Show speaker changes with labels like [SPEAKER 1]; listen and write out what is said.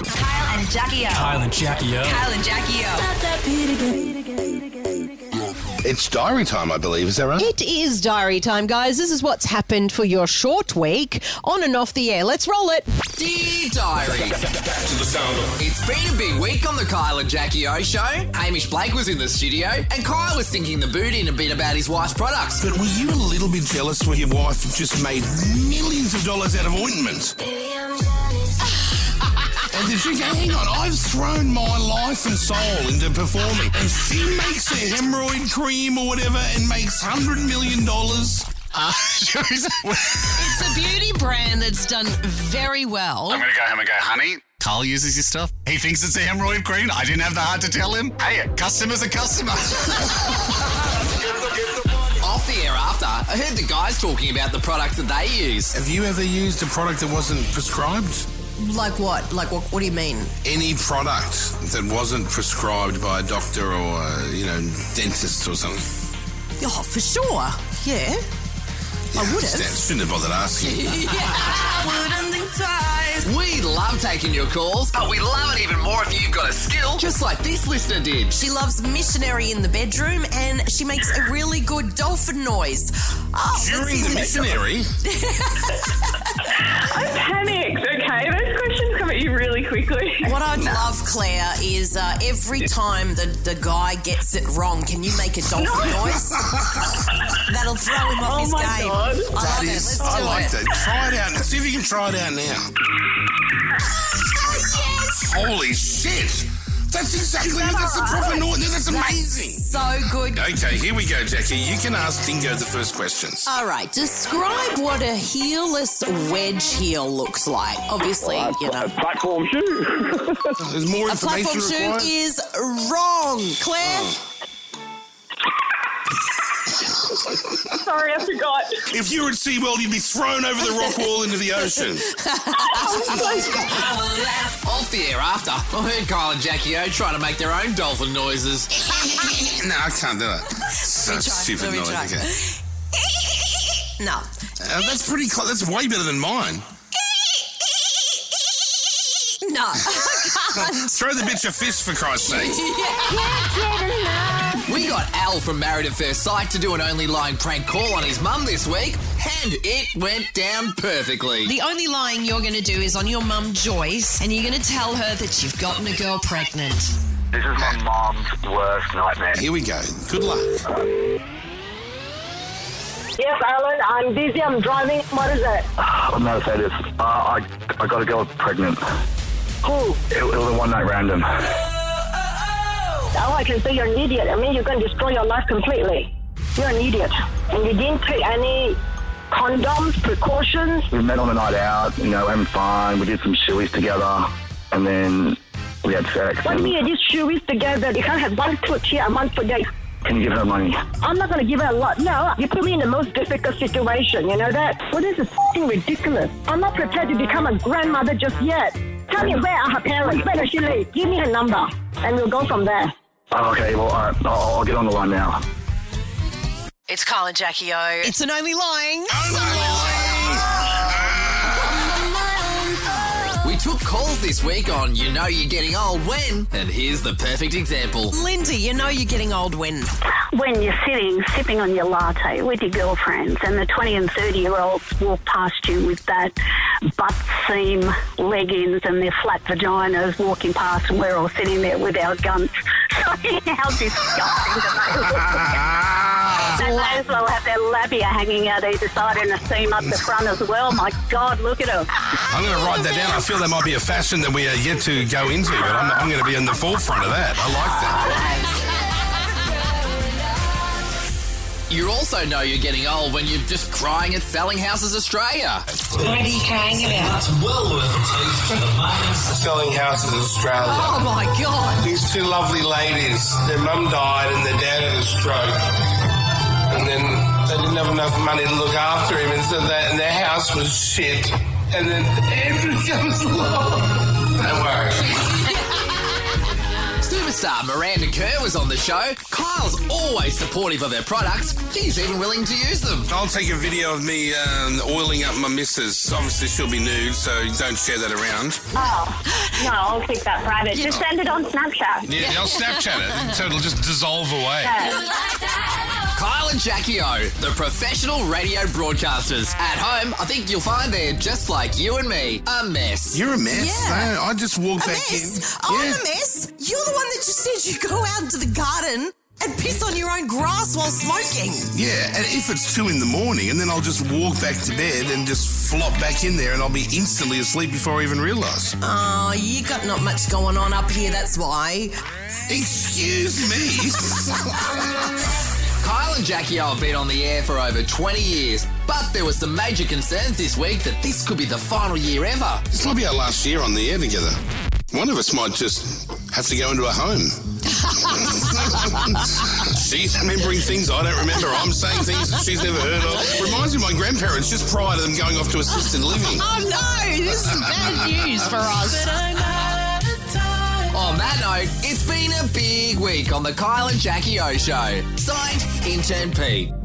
[SPEAKER 1] and Jackie O.
[SPEAKER 2] Kyle and Jackie O.
[SPEAKER 1] Kyle and Jackie O.
[SPEAKER 3] It's diary time, I believe. Is that right?
[SPEAKER 4] It is diary time, guys. This is what's happened for your short week on and off the air. Let's roll it.
[SPEAKER 5] Dear Diary. It's been a big week on the Kyle and Jackie O show. Hamish Blake was in the studio, and Kyle was thinking the boot in a bit about his wife's products.
[SPEAKER 3] But were you a little bit jealous when your wife just made millions of dollars out of ointments? And did you go, hang on, I've thrown my life and soul into performing. And she makes a hemorrhoid cream or whatever and makes $100 million. Uh,
[SPEAKER 4] It's a beauty brand that's done very well.
[SPEAKER 6] I'm gonna go home and go, honey. Carl uses your stuff. He thinks it's a hemorrhoid green. I didn't have the heart to tell him. Hey, a customer's a customer.
[SPEAKER 5] Off the air after, I heard the guys talking about the products that they use.
[SPEAKER 3] Have you ever used a product that wasn't prescribed?
[SPEAKER 4] Like what? Like what? What do you mean?
[SPEAKER 3] Any product that wasn't prescribed by a doctor or, uh, you know, dentist or something.
[SPEAKER 4] Oh, for sure. Yeah.
[SPEAKER 3] I
[SPEAKER 4] would have.
[SPEAKER 3] Shouldn't have bothered asking.
[SPEAKER 5] We love taking your calls, but we love it even more if you've got a skill, just like this listener did.
[SPEAKER 7] She loves missionary in the bedroom and she makes a really good dolphin noise. Oh,
[SPEAKER 3] During the missionary,
[SPEAKER 8] Panicked. Okay, those questions come at you really quickly.
[SPEAKER 7] what I'd love, Claire, is uh, every time the, the guy gets it wrong, can you make a dolphin noise? That'll throw him off
[SPEAKER 8] Oh
[SPEAKER 7] his
[SPEAKER 8] my
[SPEAKER 7] game.
[SPEAKER 8] God.
[SPEAKER 7] I love
[SPEAKER 3] that
[SPEAKER 7] it.
[SPEAKER 3] is,
[SPEAKER 7] Let's
[SPEAKER 3] I
[SPEAKER 7] do
[SPEAKER 3] like
[SPEAKER 7] it.
[SPEAKER 3] that. Try it out. now. See if you can try it out now. Holy shit! That's exactly that's the proper noise. That's amazing.
[SPEAKER 7] So good.
[SPEAKER 3] Okay, here we go, Jackie. You can ask Dingo the first questions.
[SPEAKER 7] All right, describe what a heelless wedge heel looks like. Obviously, you know.
[SPEAKER 8] Platform shoe.
[SPEAKER 3] There's more
[SPEAKER 7] Uh, A platform
[SPEAKER 3] information
[SPEAKER 7] shoe
[SPEAKER 3] required.
[SPEAKER 7] is wrong, Claire.
[SPEAKER 8] Sorry, I forgot.
[SPEAKER 3] If you were at SeaWorld, you'd be thrown over the rock wall into the ocean.
[SPEAKER 5] Off the air after, I heard Kyle and Jackie O trying to make their own dolphin noises.
[SPEAKER 3] no, I can't do it. So stupid
[SPEAKER 7] Let me
[SPEAKER 3] noise.
[SPEAKER 7] try.
[SPEAKER 3] Okay.
[SPEAKER 7] No.
[SPEAKER 3] Uh, that's pretty close. That's way better than mine.
[SPEAKER 7] No.
[SPEAKER 3] Throw the bitch a fist for Christ's sake.
[SPEAKER 5] We got Al from Married at First Sight to do an only lying prank call on his mum this week, and it went down perfectly.
[SPEAKER 4] The only lying you're going to do is on your mum Joyce, and you're going to tell her that you've gotten a girl pregnant.
[SPEAKER 9] This is my mom's worst nightmare.
[SPEAKER 3] Here we go. Good luck.
[SPEAKER 8] Yes, Alan, I'm busy. I'm driving. What is it?
[SPEAKER 9] I'm not say this. Uh, I, I got a girl pregnant. Who? It, it was a one night random.
[SPEAKER 8] Oh, I can see you're an idiot. I mean, you're going to destroy your life completely. You're an idiot. And you didn't take any condoms, precautions.
[SPEAKER 9] We met on a night out, you know, having fun. We did some shoeies together, and then we had sex.
[SPEAKER 8] What
[SPEAKER 9] and-
[SPEAKER 8] do you mean these shoe is together? You can't have one foot here and one foot there.
[SPEAKER 9] Can you give her money?
[SPEAKER 8] I'm not going to give her a lot. No, you put me in the most difficult situation. You know that? Well, this is f***ing ridiculous. I'm not prepared to become a grandmother just yet. Tell me where are her parents? Where does she live? Give me her number, and we'll go from there.
[SPEAKER 9] Oh, okay, well, all right, I'll, I'll get on the line now.
[SPEAKER 4] It's Carl and Jackie O. It's an only lying.
[SPEAKER 3] Oh,
[SPEAKER 5] We took calls this week on You Know You're Getting Old When, and here's the perfect example.
[SPEAKER 4] Linda, you know you're getting old when.
[SPEAKER 10] when you're sitting sipping on your latte with your girlfriends and the 20 and 30 year olds walk past you with that butt seam leggings and their flat vaginas walking past and we're all sitting there with our guns showing how disgusting they look. They may as well have their labia hanging out either side and a seam up the front as well. My God, look at them.
[SPEAKER 3] I'm going to write that down. I feel that might be a fashion that we are yet to go into, but I'm, I'm going to be in the forefront of that. I like that.
[SPEAKER 5] You also know you're getting old when you're just crying at Selling Houses Australia.
[SPEAKER 3] Selling houses in Australia.
[SPEAKER 4] Oh my God.
[SPEAKER 3] These two lovely ladies, their mum died and their dad had a stroke. And then they didn't have enough money to look after him, and so that, and their house was shit. And then Andrew comes along. Don't worry.
[SPEAKER 5] Superstar Miranda Kerr was on the show. Kyle's always supportive of her products. He's even willing to use them.
[SPEAKER 3] I'll take a video of me um, oiling up my missus. Obviously, she'll be nude, so don't share that around.
[SPEAKER 10] Oh,
[SPEAKER 8] No, I'll keep that private. Just send it on Snapchat.
[SPEAKER 11] Yeah, I'll Snapchat it so it'll just dissolve away.
[SPEAKER 5] Kyle and Jackie O, the professional radio broadcasters. At home, I think you'll find they're just like you and me, a mess.
[SPEAKER 3] You're a mess.
[SPEAKER 7] Yeah.
[SPEAKER 3] No, I just walked
[SPEAKER 7] A
[SPEAKER 3] back
[SPEAKER 7] mess. Oh,
[SPEAKER 3] in.
[SPEAKER 7] I'm
[SPEAKER 3] Yeah.
[SPEAKER 7] a mess. You're the one that just said you go out into the garden and piss on your own grass while smoking.
[SPEAKER 3] Yeah, and if it's two in the morning, and then I'll just walk back to bed and just flop back in there, and I'll be instantly asleep before I even realise.
[SPEAKER 7] Oh, you got not much going on up here, that's why.
[SPEAKER 3] Excuse me.
[SPEAKER 5] Kyle and Jackie O have been on the air for over 20 years, but there were some major concerns this week that this could be the final year ever.
[SPEAKER 3] this will be our last year on the air together. One of us might just have to go into a home. She's remembering things I don't remember. I'm saying things that she's never heard of. Reminds me of my grandparents just prior to them going off to assisted living.
[SPEAKER 12] Oh no, this is bad news for us.
[SPEAKER 5] On that note, it's been a big week on the Kyle and Jackie O show. Signed, Intern Pete.